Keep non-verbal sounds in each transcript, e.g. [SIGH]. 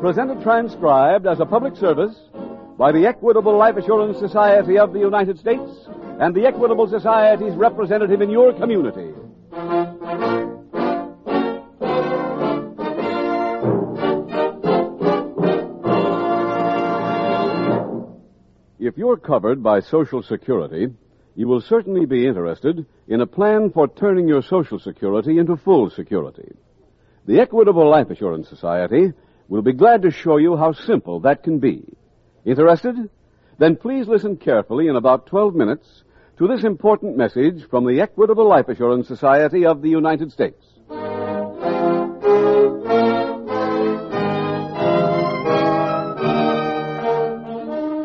presented transcribed as a public service by the Equitable Life Assurance Society of the United States and the Equitable Society's representative in your community. If you're covered by Social Security, you will certainly be interested in a plan for turning your Social Security into full security. The Equitable Life Assurance Society will be glad to show you how simple that can be. Interested? Then please listen carefully in about 12 minutes to this important message from the Equitable Life Assurance Society of the United States.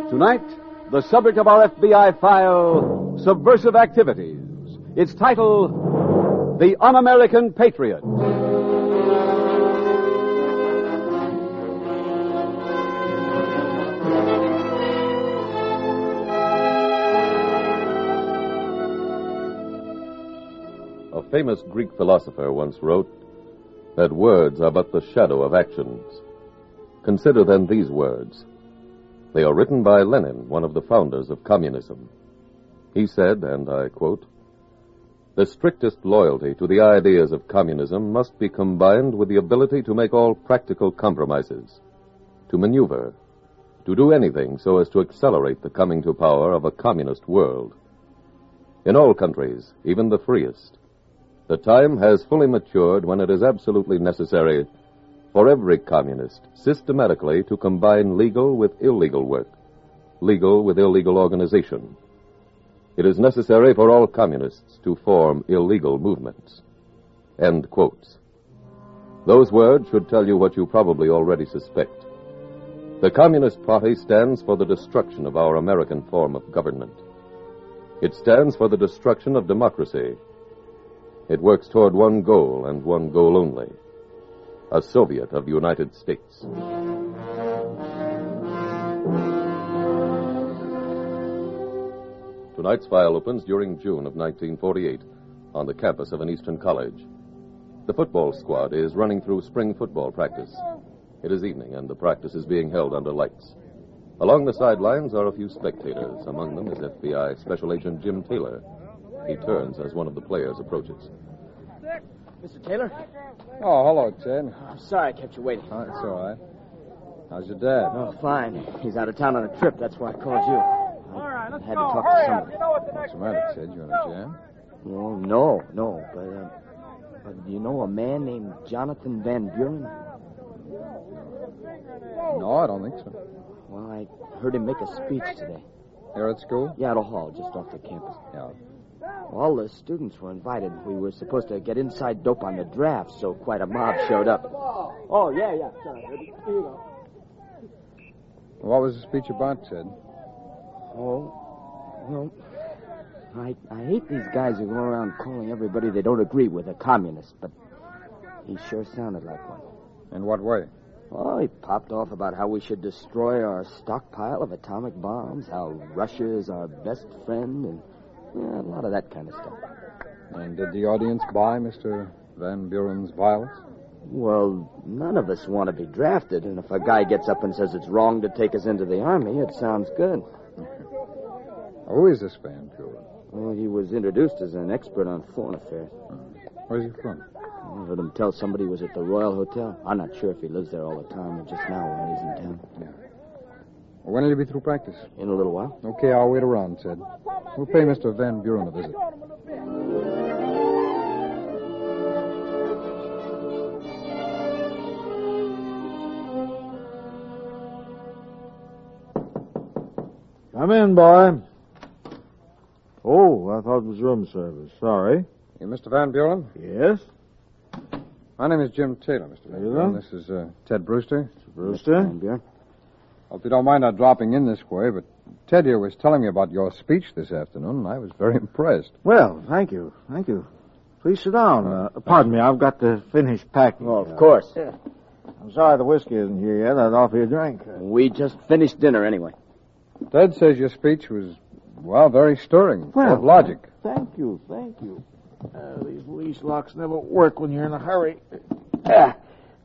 Tonight, the subject of our FBI file, Subversive Activities. Its title, The Un-American Patriot. A famous Greek philosopher once wrote that words are but the shadow of actions. Consider then these words. They are written by Lenin, one of the founders of communism. He said, and I quote, The strictest loyalty to the ideas of communism must be combined with the ability to make all practical compromises, to maneuver, to do anything so as to accelerate the coming to power of a communist world. In all countries, even the freest, the time has fully matured when it is absolutely necessary for every communist systematically to combine legal with illegal work, legal with illegal organization. It is necessary for all communists to form illegal movements. End quotes. Those words should tell you what you probably already suspect. The Communist Party stands for the destruction of our American form of government. It stands for the destruction of democracy. It works toward one goal and one goal only a Soviet of the United States. Tonight's file opens during June of 1948 on the campus of an Eastern college. The football squad is running through spring football practice. It is evening, and the practice is being held under lights. Along the sidelines are a few spectators. Among them is FBI Special Agent Jim Taylor. He turns as one of the players approaches. Mr. Taylor? Oh, hello, Ted. I'm sorry I kept you waiting. Oh, it's all right. How's your dad? Oh, fine. He's out of town on a trip. That's why I called you. All right, let's I had to talk to someone. What's the matter, Ted? You in a jam? Well, no, no. But, um, but do you know a man named Jonathan Van Buren? No, I don't think so. Well, I heard him make a speech today. You're at school? Yeah, at a hall just off the campus. Yeah. All the students were invited. We were supposed to get inside dope on the draft, so quite a mob showed up. Oh, yeah, yeah. Sorry. Here you go. What was the speech about, Ted? Oh, well, I, I hate these guys who go around calling everybody they don't agree with a communist, but he sure sounded like one. In what way? Oh, he popped off about how we should destroy our stockpile of atomic bombs, how Russia is our best friend, and yeah, a lot of that kind of stuff. And did the audience buy Mr. Van Buren's violence? Well, none of us want to be drafted, and if a guy gets up and says it's wrong to take us into the army, it sounds good. Who is this Van Buren? Well, he was introduced as an expert on foreign affairs. Where's he from? I heard him tell somebody he was at the Royal Hotel. I'm not sure if he lives there all the time or just now when he's in town. When will you be through practice? In a little while. Okay, I'll wait around, Ted. We'll pay Mr. Van Buren a visit. Come in, boy. Oh, I thought it was room service. Sorry. You, Mr. Van Buren? Yes, My name is Jim Taylor, Mr. Van Taylor? Buren. This is uh, Ted Brewster. Brewster. Van Buren. Hope you don't mind our dropping in this way, but Ted here was telling me about your speech this afternoon, and I was very [LAUGHS] impressed. Well, thank you. Thank you. Please sit down. Uh, pardon me, I've got to finish packing. Oh, of course. I'm sorry the whiskey isn't here yet. I'd offer you a drink. We just finished dinner anyway. Ted says your speech was, well, very stirring, full of Well- logic. Thank you, thank you. Uh, these leash locks never work when you're in a hurry. Ah,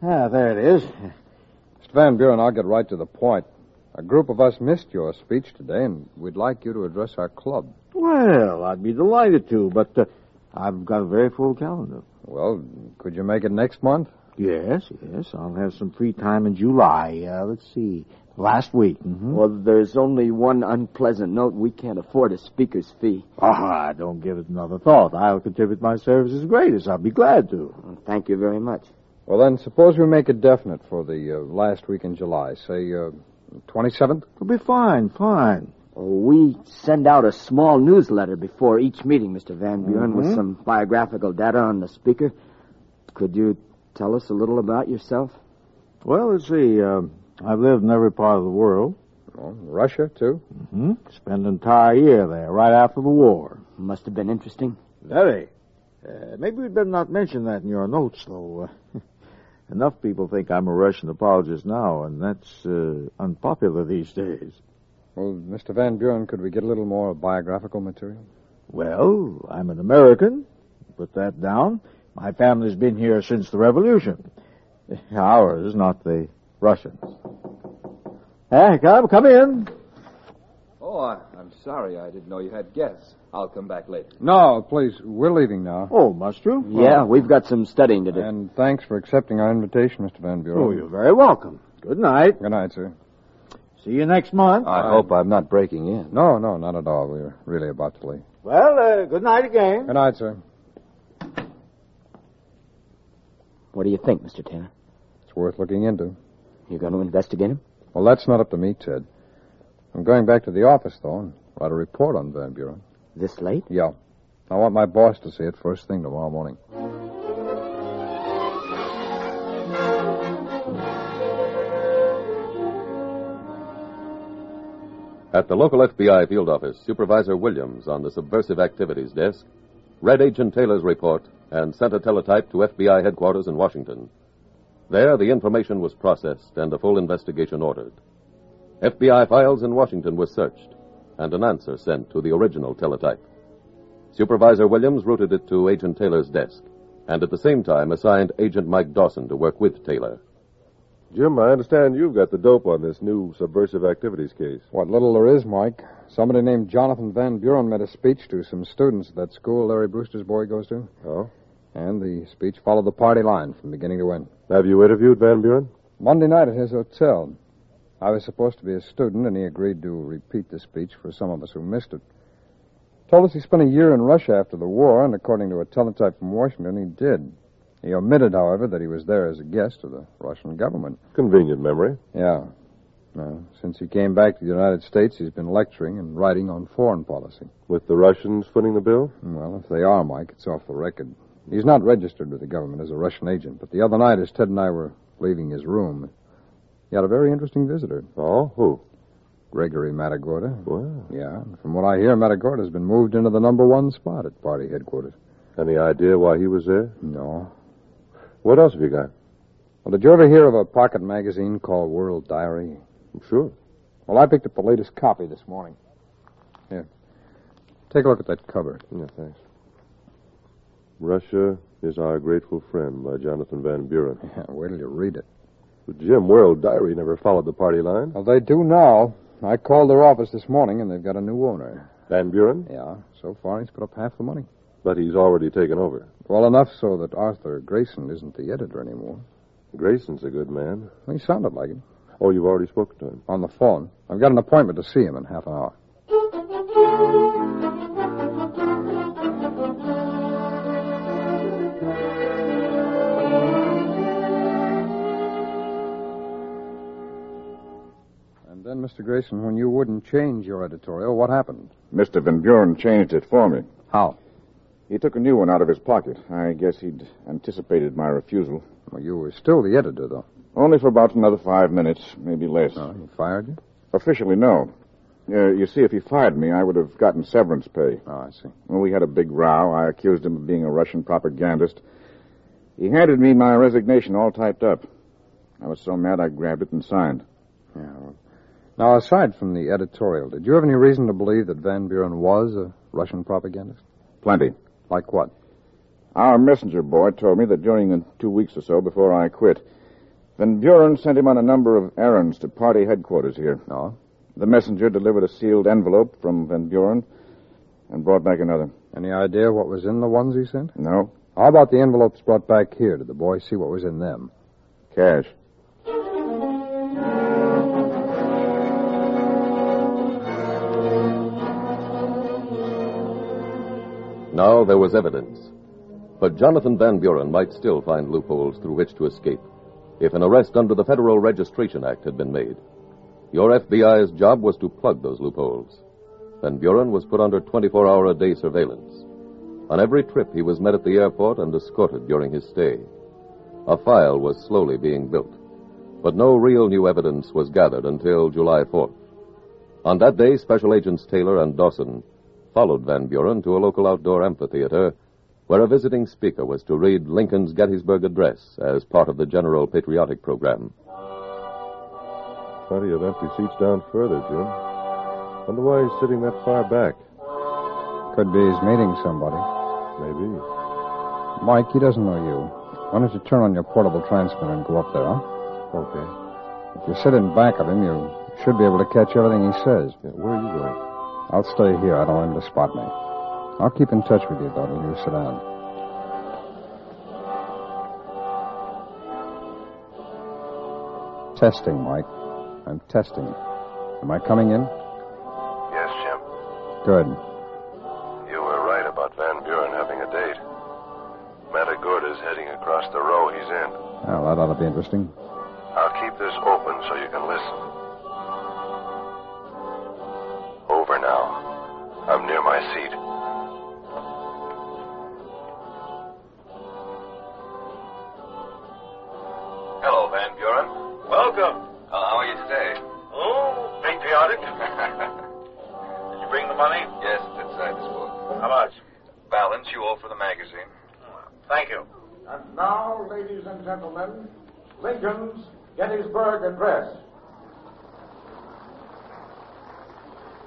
Ah, there it is. Mr. Van Buren, I'll get right to the point. A group of us missed your speech today, and we'd like you to address our club. Well, I'd be delighted to, but uh, I've got a very full calendar. Well, could you make it next month? Yes, yes, I'll have some free time in July. Uh, let's see, last week. Mm-hmm. Well, there's only one unpleasant note. We can't afford a speaker's fee. Ah, don't give it another thought. I'll contribute my services greatest. I'll be glad to. Well, thank you very much. Well, then, suppose we make it definite for the uh, last week in July, say uh, 27th? It'll be fine, fine. Oh, We send out a small newsletter before each meeting, Mr. Van Buren, Mm-hmm. with some biographical data on the speaker. Could you tell us a little about yourself? Well, let's see. Um, I've lived in every part of the world. Oh, Russia, too? Mm-hmm. Spent an entire year there, right after the war. Must have been interesting. Very. Uh, maybe we'd better not mention that in your notes, though. Uh, [LAUGHS] enough people think I'm a Russian apologist now, and that's uh, unpopular these days. Well, Mr. Van Buren, could we get a little more biographical material? Well, I'm an American. Put that down. My family's been here since the Revolution. [LAUGHS] Ours, not the Russians. Hey, come, come in. Oh, I, I'm sorry. I didn't know you had guests. I'll come back later. No, please, we're leaving now. Oh, must you? yeah, we've got some studying to do. And thanks for accepting our invitation, Mr. Van Buren. Oh, you're very welcome. Good night. Good night, sir. See you next month. I hope I'm not breaking in. No, no, not at all. We were really about to leave. Well, uh, good night again. Good night, sir. What do you think, Mr. Tanner? It's worth looking into. You going to investigate him? Well, that's not up to me, Ted. I'm going back to the office, though, and write a report on Van Buren. This late? Yeah. I want my boss to see it first thing tomorrow morning. At the local FBI field office, Supervisor Williams on the subversive activities desk read Agent Taylor's report and sent a teletype to FBI headquarters in Washington. There, the information was processed and a full investigation ordered. FBI files in Washington were searched and an answer sent to the original teletype. Supervisor Williams routed it to Agent Taylor's desk and at the same time assigned Agent Mike Dawson to work with Taylor. Jim, I understand you've got the dope on this new subversive activities case. What little there is, Mike. Somebody named Jonathan Van Buren made a speech to some students at that school Larry Brewster's boy goes to. Oh? And the speech followed the party line from beginning to end. Have you interviewed Van Buren? Monday night at his hotel. I was supposed to be a student, and he agreed to repeat the speech for some of us who missed it. Told us he spent a year in Russia after the war, and according to a teletype from Washington, he did. He omitted, however, that he was there as a guest of the Russian government. Convenient memory. Yeah. Now, since he came back to the United States, he's been lecturing and writing on foreign policy. With the Russians footing the bill? Well, if they are, Mike, it's off the record. He's not registered with the government as a Russian agent, but the other night, as Ted and I were leaving his room, he had a very interesting visitor, Oh, who? Gregory Matagorda. Well, Yeah, and from what I hear, Matagorda's been moved into the number one spot at party headquarters. any idea why he was there? No. What else have you got? Well, did you ever hear of a pocket magazine called World Diary? I'm sure. Well, I picked up the latest copy this morning. Here. Take a look at that cover. Yeah, thanks. Russia is Our Grateful Friend by Jonathan Van [LAUGHS] Buren. Yeah, wait till you read it. But Jim, World Diary never followed the party line. Well, they do now. I called their office this morning, and they've got a new owner. Van Buren? Yeah, so far he's put up half the money. But he's already taken over. Well, enough so that Arthur Grayson isn't the editor anymore. Grayson's a good man. He sounded like it Oh, you've already spoken to him. on the phone. I've got an appointment to see him in half an hour. And then, Mr. Grayson, when you wouldn't change your editorial, what happened? Mr. Van Buren changed it for me. How? He took a new one out of his pocket. I guess he'd anticipated my refusal. Well, you were still the editor, though. Oh, Only for about another five minutes, maybe less. he fired you? Officially, no. Uh, you see, if he fired me, I would have gotten severance pay. Oh, I see. When we had a big row, I accused him of being a Russian propagandist. He handed me my resignation all typed up. I was so mad I grabbed it and signed. Yeah. well. Now, aside from the editorial, did you have any reason to believe that Van Buren was a Russian propagandist? Plenty. Like what? Our messenger boy told me that during the two weeks or so before I quit, Van Buren sent him on a number of errands to party headquarters here. No. The messenger delivered a sealed envelope from Van Buren and brought back another. Any idea what was in the ones he sent? No, How about the envelopes brought back here? Did the boy see what was in them? cash. Now there was evidence. But Jonathan Van Buren might still find loopholes through which to escape if an arrest under the Federal Registration Act had been made. Your FBI's job was to plug those loopholes. Van Buren was put under 24 hour a day surveillance. On every trip, he was met at the airport and escorted during his stay. A file was slowly being built, but no real new evidence was gathered until July 4th. On that day, Special Agents Taylor and Dawson followed Van Buren to a local outdoor amphitheater where a visiting speaker was to read Lincoln's Gettysburg Address as part of the general patriotic program. Plenty of empty seats down further, Jim. Wonder why he's sitting that far back. Could be he's meeting somebody. Maybe. Mike, he doesn't know you. Why don't you turn on your portable transmitter and go up there, huh? Okay. If you sit in back of him, you should be able to catch everything he says. Yeah, where are you going? I'll stay here. I don't want him to spot me. I'll keep in touch with you, though, when you sit down. Testing, Mike. I'm testing. Am I coming in? Yes, Jim. Good. You were right about Van Buren having a date. Matagorda is heading across the row he's in. Well, that ought to be interesting. I'll keep this open so you can listen. Over now. I'm near my seat. Hello, Van Buren. Welcome. how are you today? Oh, [LAUGHS] patriotic. Did you bring the money? Yes, it's inside this book. How much? Balance you owe for the magazine. Thank you. And now, ladies and gentlemen, Lincoln's Gettysburg Address.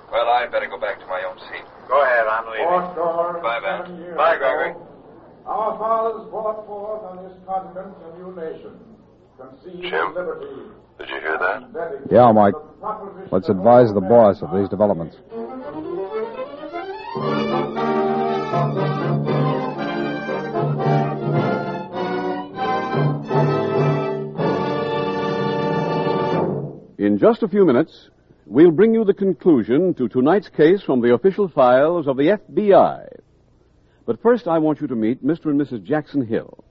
Well, I better go back to my own seat. Go ahead, I'm Fought door Bye, Van. seven years Bye, ago, Gregory. Our fathers fought forth on this continent a new nation, conceived Jim? liberty. Did you hear that? and dedicated Yeah, Mike. to the proposition Let's of advise all the men. boss of these developments. In just a few minutes, we'll bring you the conclusion to tonight's case from the official files of the FBI. But first, I want you to meet Mr. and Mrs. Jackson Hill.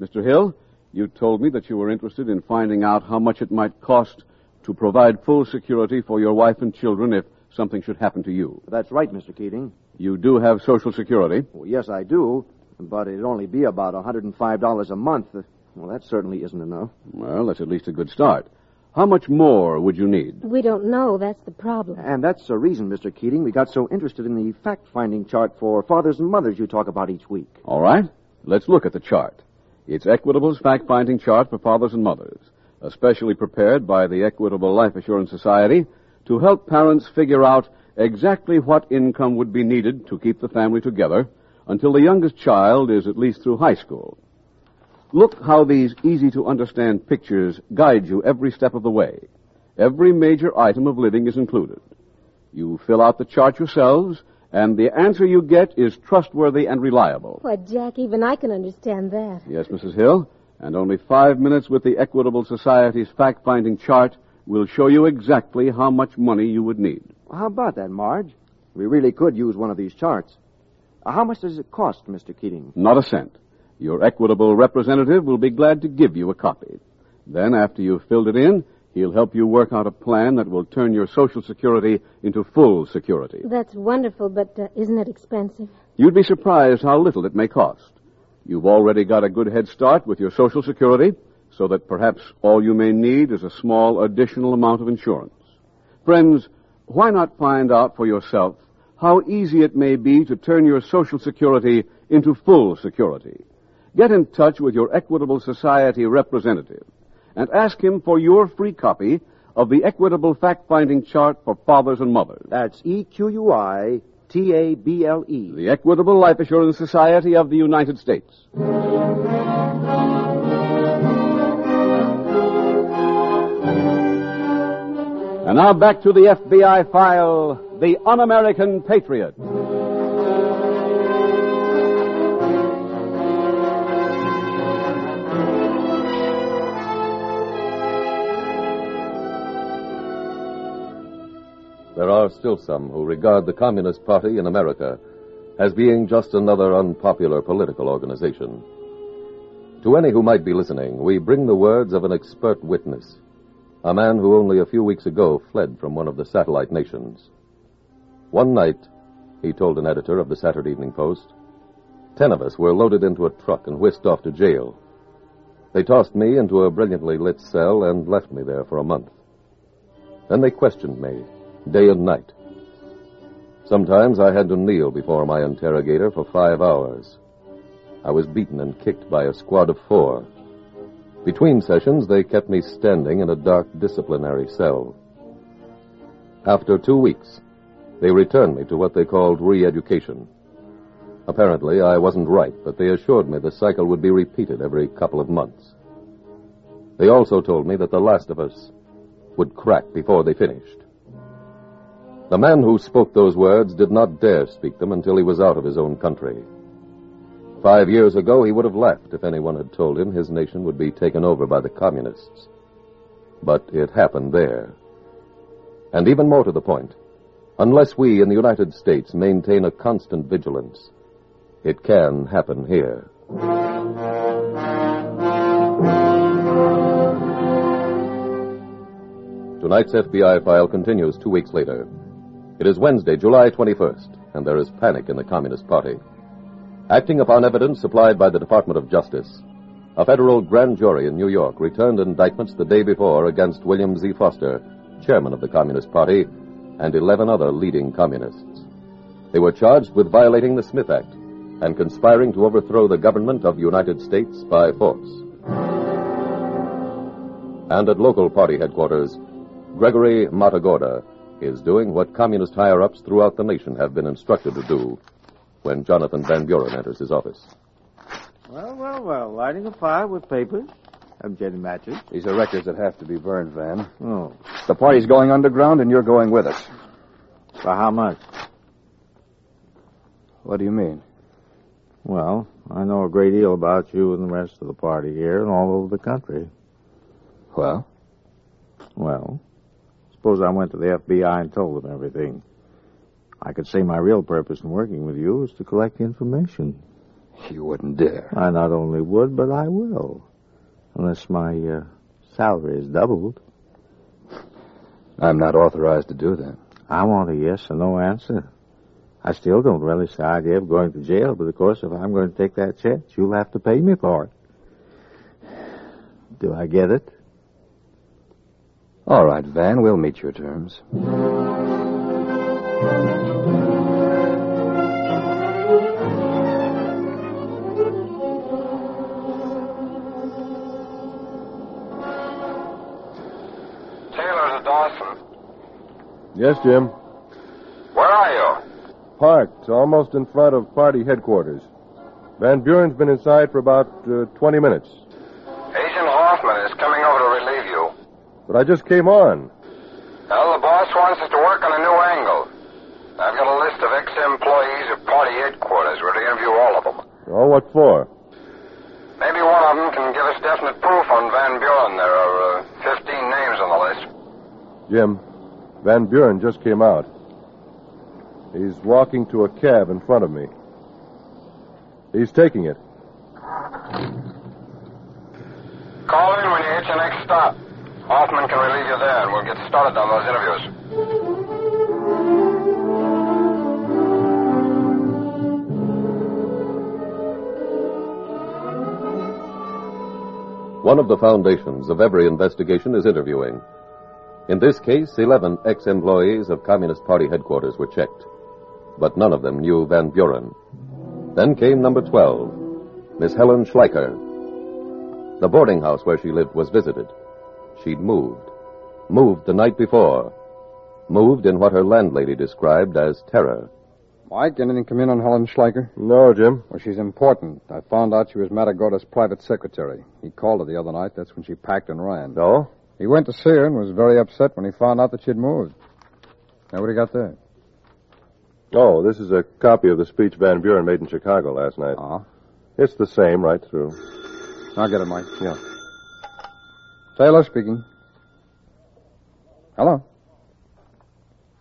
Mr. Hill, you told me that you were interested in finding out how much it might cost to provide full security for your wife and children if something should happen to you. That's right, Mr. Keating. You do have Social Security. Well, yes, I do, but it'd only be about $105 a month. Well, that certainly isn't enough. Well, that's at least a good start. How much more would you need? We don't know. That's the problem. And that's the reason, Mr. Keating, we got so interested in the fact finding chart for fathers and mothers you talk about each week. All right, let's look at the chart. It's Equitable's fact finding chart for fathers and mothers, especially prepared by the Equitable Life Assurance Society to help parents figure out exactly what income would be needed to keep the family together until the youngest child is at least through high school. Look how these easy to understand pictures guide you every step of the way. Every major item of living is included. You fill out the chart yourselves, and the answer you get is trustworthy and reliable. Why, Jack, even I can understand that. Yes, Mrs. Hill, and only five minutes with the Equitable Society's fact finding chart will show you exactly how much money you would need. How about that, Marge? We really could use one of these charts. Uh, How much does it cost, Mr. Keating? Not a cent. Your Equitable representative will be glad to give you a copy. Then, after you've filled it in, he'll help you work out a plan that will turn your Social Security into full security. That's wonderful, but uh, isn't it expensive? You'd be surprised how little it may cost. You've already got a good head start with your Social Security, so that perhaps all you may need is a small additional amount of insurance. Friends, why not find out for yourself how easy it may be to turn your Social Security into full security? Get in touch with your Equitable Society representative and ask him for your free copy of the Equitable Fact Finding Chart for Fathers and Mothers. That's E Q U I T A B L E. The Equitable Life Assurance Society of the United States. And now back to the FBI file The Un American Patriot. There are still some who regard the Communist Party in America as being just another unpopular political organization. To any who might be listening, we bring the words of an expert witness, a man who only a few weeks ago fled from one of the satellite nations. One night, he told an editor of the Saturday Evening Post, ten of us were loaded into a truck and whisked off to jail. They tossed me into a brilliantly lit cell and left me there for a month. Then they questioned me day and night. Sometimes I had to kneel before my interrogator for five hours. I was beaten and kicked by a squad of four. Between sessions, they kept me standing in a dark disciplinary cell. After two weeks, they returned me to what they called re education. Apparently, I wasn't right, but they assured me the cycle would be repeated every couple of months. They also told me that The Last of Us would crack before they finished. The man who spoke those words did not dare speak them until he was out of his own country. Five years ago, he would have laughed if anyone had told him his nation would be taken over by the communists. But it happened there. And even more to the point, unless we in the United States maintain a constant vigilance, it can happen here. Tonight's FBI file continues two weeks later. It is Wednesday, July 21st, and there is panic in the Communist Party. Acting upon evidence supplied by the Department of Justice, a federal grand jury in New York returned indictments the day before against William Z. Foster, chairman of the Communist Party, and 11 other leading communists. They were charged with violating the Smith Act and conspiring to overthrow the government of the United States by force. And at local party headquarters, Gregory Matagorda is doing what communist higher ups throughout the nation have been instructed to do when Jonathan Van Buren enters his office. Well, well, well. Lighting a fire with papers. I'm getting matches. These are records that have to be burned, Van. Oh. The party's going underground, and you're going with us. For how much? What do you mean? Well, I know a great deal about you and the rest of the party here and all over the country. Well? Well, suppose I went to the FBI and told them everything. I could say my real purpose in working with you is to collect information. You wouldn't dare. I not only would, but I will. Unless my uh, salary is doubled. I'm not authorized to do that. I want a yes or no answer. I still don't relish the idea of going to jail, but of course, if I'm going to take that chance, you'll have to pay me for it. Do I get it? All right, Van, we'll meet your terms. Taylor to Dawson. Yes, Jim. Where are you? Parked almost in front of party headquarters. Van Buren's been inside for about uh, 20 minutes. Agent Hoffman is coming over to relieve you. But I just came on. Well, the boss wants us to work on a new angle. I've got a list of ex-employees of party headquarters. We're to interview all of them. Oh, what for? Maybe one of them can give us definite proof on Van Buren. There are uh, 15 names on the list. Jim, Van Buren just came out. He's walking to a cab in front of me. He's taking it. Call in when you hit your next stop. Hoffman can relieve you there, and we'll get started on those interviews. One of the foundations of every investigation is interviewing. In this case, 11 ex employees of Communist Party headquarters were checked, but none of them knew Van Buren. Then came number 12, Miss Helen Schleicher. The boarding house where she lived was visited. She'd moved. Moved the night before. Moved in what her landlady described as terror. Mike, anything come in on Helen Schleicher? No, Jim. Well, she's important. I found out she was Matagoda's private secretary. He called her the other night. That's when she packed and ran. No? He went to see her and was very upset when he found out that she'd moved. Now, what do you got there? Oh, this is a copy of the speech Van Buren made in Chicago last night. Ah. It's the same right through. I'll get it, Mike. Yeah. Taylor speaking. Hello?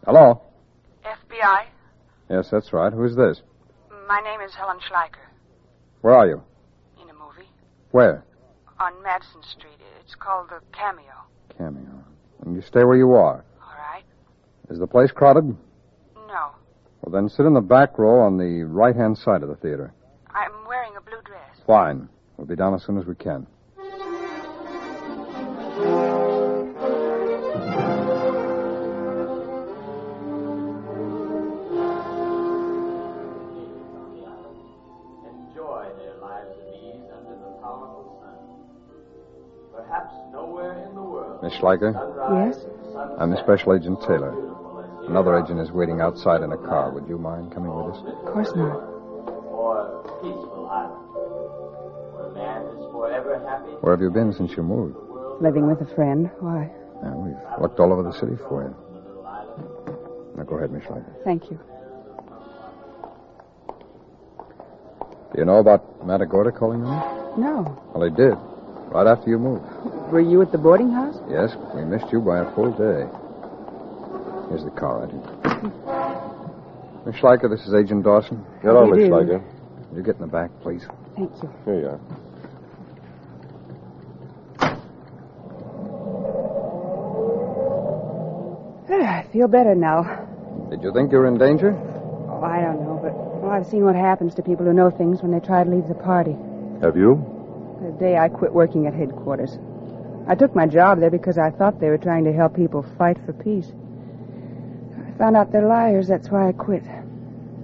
Hello? FBI, Yes, that's right. Who's this? my name is Helen Schleicher. Where are you? In a movie Where? on Madison Street. It's called The Cameo. Cameo. And you stay where you are. All right? Is the place crowded? No. Well, then sit in the back row on the right hand side of the theater. I'm wearing a blue dress. Fine. We'll be down as soon as we can. enjoy their lives of ease under the powerful sun. Perhaps nowhere in the world. Miss Schleicher? Yes? I'm the Special Agent Taylor. Another agent is waiting outside in a car. Would you mind coming with us? Of course not. Or a peaceful island. Where man is forever happy. Where have you been since you moved? Living with a friend. Why? Now, we've looked all over the city for you. Now, go ahead, Miss Schleicher. Thank you. Do you know about Matagorda calling you? No. Well, he did. Right after you moved. Were you at the boarding house? Yes, we missed you by a full day. Here's the car, I think. [COUGHS] Miss Schleicher, this is Agent Dawson. Hello, How do Miss you do? Schleicher. You get in the back, please. Thank you. Here you are. Eh, I feel better now. Did you think you were in danger? Oh, I don't know, but well, I've seen what happens to people who know things when they try to leave the party. Have you? The day I quit working at headquarters. I took my job there because I thought they were trying to help people fight for peace. I found out they're liars. That's why I quit.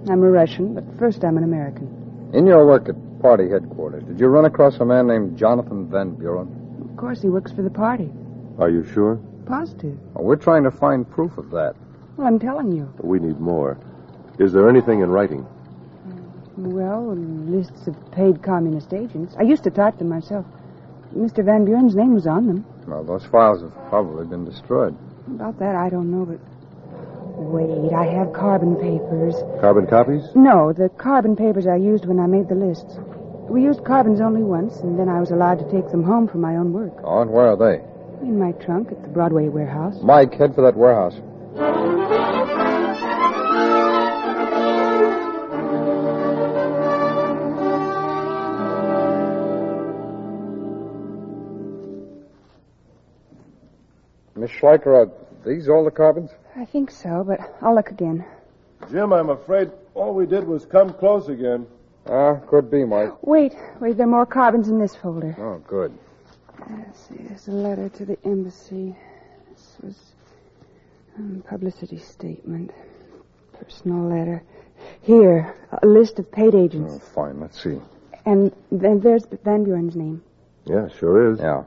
I'm a Russian, but first I'm an American. In your work at party headquarters, did you run across a man named Jonathan Van Buren? Of course, he works for the party. Are you sure? Positive. Well, we're trying to find proof of that. Well, I'm telling you. We need more. Is there anything in writing? Well, lists of paid communist agents. I used to type them myself. Mr. Van Buren's name was on them. Well, those files have probably been destroyed. About that, I don't know, but. Wait, I have carbon papers. Carbon copies? No, the carbon papers I used when I made the lists. We used carbons only once, and then I was allowed to take them home for my own work. Oh, and where are they? In my trunk at the Broadway warehouse. Mike, head for that warehouse. Miss Schleicher, are these all the carbons? I think so, but I'll look again. Jim, I'm afraid all we did was come close again. Ah, could be, Mike. Wait, wait, there are more carbons in this folder. Oh, good. Let's see, there's a letter to the embassy. This was um, publicity statement, personal letter. Here, a list of paid agents, Oh, fine, let's see. and then there's Van Buren's name. Yeah, sure is. Yeah.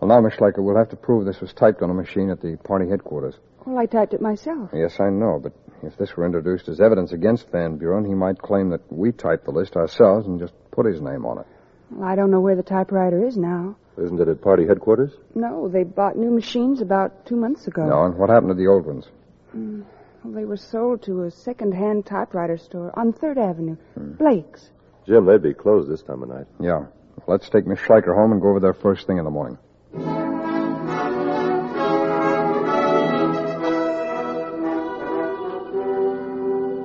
Well, now, Miss Schleicher, we'll have to prove this was typed on a machine at the party headquarters. Well, I typed it myself. Yes, I know, but if this were introduced as evidence against Van Buren, he might claim that we typed the list ourselves and just put his name on it. Well, I don't know where the typewriter is now. Isn't it at party headquarters? No, they bought new machines about two months ago. No, and what happened to the old ones? Mm, well, they were sold to a second-hand typewriter store on Third Avenue, Blake's. Jim, they'd be closed this time of night. Yeah. Let's take Miss Schleicher home and go over there first thing in the morning.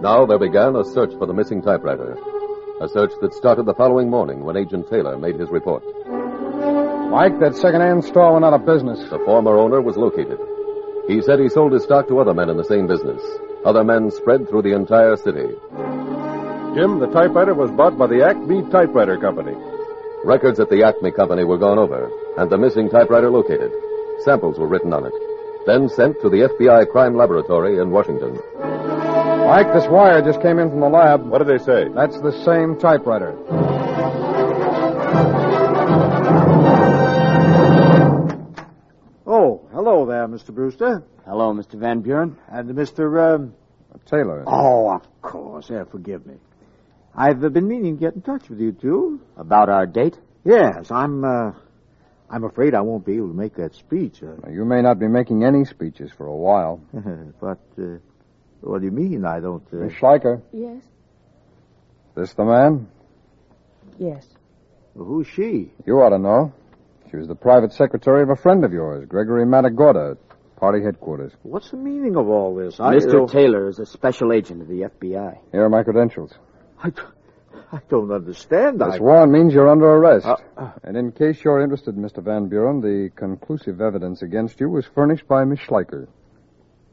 Now there began a search for the missing typewriter. A search that started the following morning when Agent Taylor made his report. Mike, that second-hand store went out of business. The former owner was located. He said he sold his stock to other men in the same business. Other men spread through the entire city. Jim, the typewriter was bought by the Acme Typewriter Company. Records at the Acme Company were gone over, and the missing typewriter located. Samples were written on it, then sent to the FBI Crime Laboratory in Washington. Mike, this wire just came in from the lab. What did they say? That's the same typewriter. Oh, hello there, Mr. Brewster. Hello, Mr. Van Buren. And Mr. Um... Taylor. Oh, of course. Yeah, forgive me. I've uh, been meaning to get in touch with you two. About our date? Yes, I'm, uh, I'm afraid I won't be able to make that speech. Uh, Now, you may not be making any speeches for a while. [LAUGHS] but, uh, what do you mean I don't, uh... Miss Schleicher, Yes? this the man? Yes. Who's she? You ought to know. She was the private secretary of a friend of yours, Gregory Matagorda, at party headquarters. What's the meaning of all this? Mr. I, Taylor is a special agent of the FBI. Here are my credentials. I, I don't understand. I... Uh, This warrant means you're under arrest. and in case you're interested, Mr. Van Buren, the conclusive evidence against you was furnished by Miss Schleicher.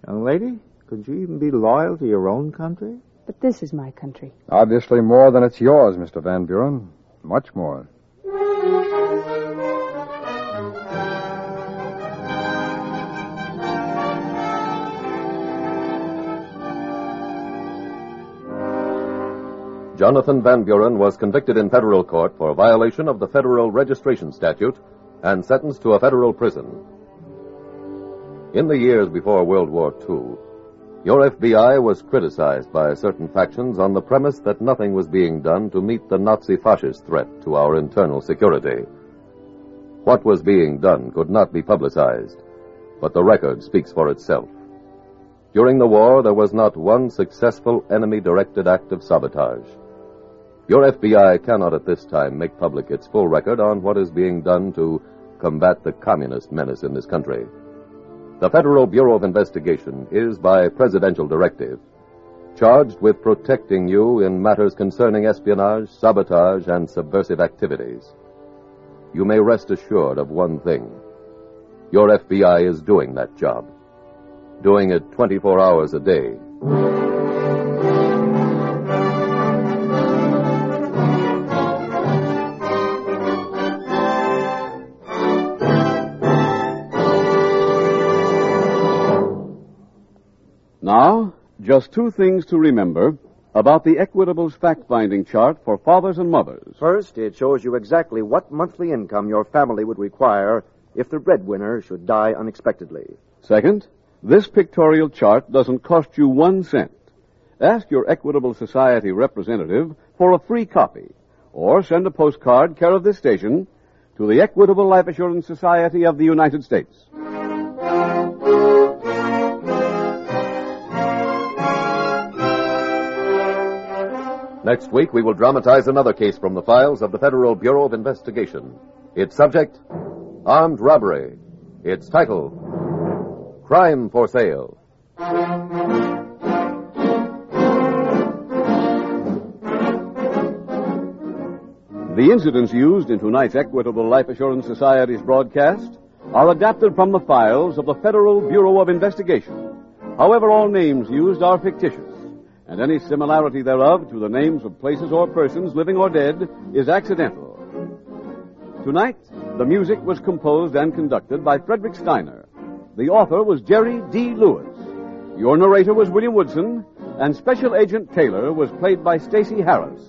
Young lady, could you even be loyal to your own country? But this is my country. Obviously more than it's yours, Mr. Van Buren. Much more. Jonathan Van Buren was convicted in federal court for violation of the federal registration statute and sentenced to a federal prison. In the years before World War II, your FBI was criticized by certain factions on the premise that nothing was being done to meet the Nazi fascist threat to our internal security. What was being done could not be publicized, but the record speaks for itself. During the war, there was not one successful enemy directed act of sabotage. Your FBI cannot at this time make public its full record on what is being done to combat the communist menace in this country. The Federal Bureau of Investigation is, by presidential directive, charged with protecting you in matters concerning espionage, sabotage, and subversive activities. You may rest assured of one thing. Your FBI is doing that job doing it 24 hours a day. Now, just two things to remember about the Equitable's fact finding chart for fathers and mothers. First, it shows you exactly what monthly income your family would require if the breadwinner should die unexpectedly. Second, this pictorial chart doesn't cost you one cent. Ask your Equitable Society representative for a free copy or send a postcard care of this station to the Equitable Life Assurance Society of the United States. Next week, we will dramatize another case from the files of the Federal Bureau of Investigation. Its subject, armed robbery. Its title, crime for sale. The incidents used in tonight's Equitable Life Assurance Society's broadcast are adapted from the files of the Federal Bureau of Investigation. However, all names used are fictitious, and any similarity thereof to the names of places or persons, living or dead, is accidental. Tonight, the music was composed and conducted by Frederick Steiner. The author was Jerry D. Lewis. Your narrator was William Woodson, and Special Agent Taylor was played by Stacy Harris.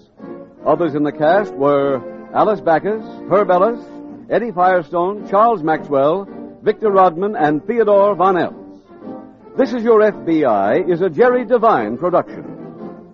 Others in the cast were Alice Backus, Herb Ellis, Eddie Firestone, Charles Maxwell, Victor Rodman, and Theodore Von Els. This is Your FBI is a Jerry Devine production.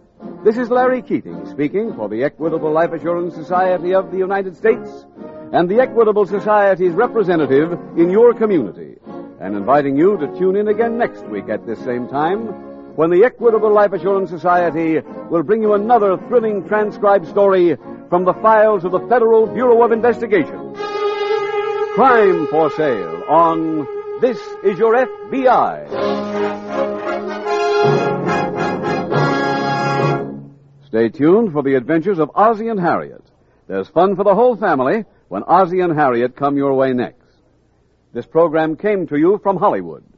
This is Larry Keating speaking for the Equitable Life Assurance Society of the United States and the Equitable Society's representative in your community, and inviting you to tune in again next week at this same time when the Equitable Life Assurance Society will bring you another thrilling transcribed story from the files of the Federal Bureau of Investigation. Crime for Sale on This Is Your FBI. Stay tuned for the adventures of Ozzie and Harriet. There's fun for the whole family when Ozzie and Harriet come your way next. This program came to you from Hollywood.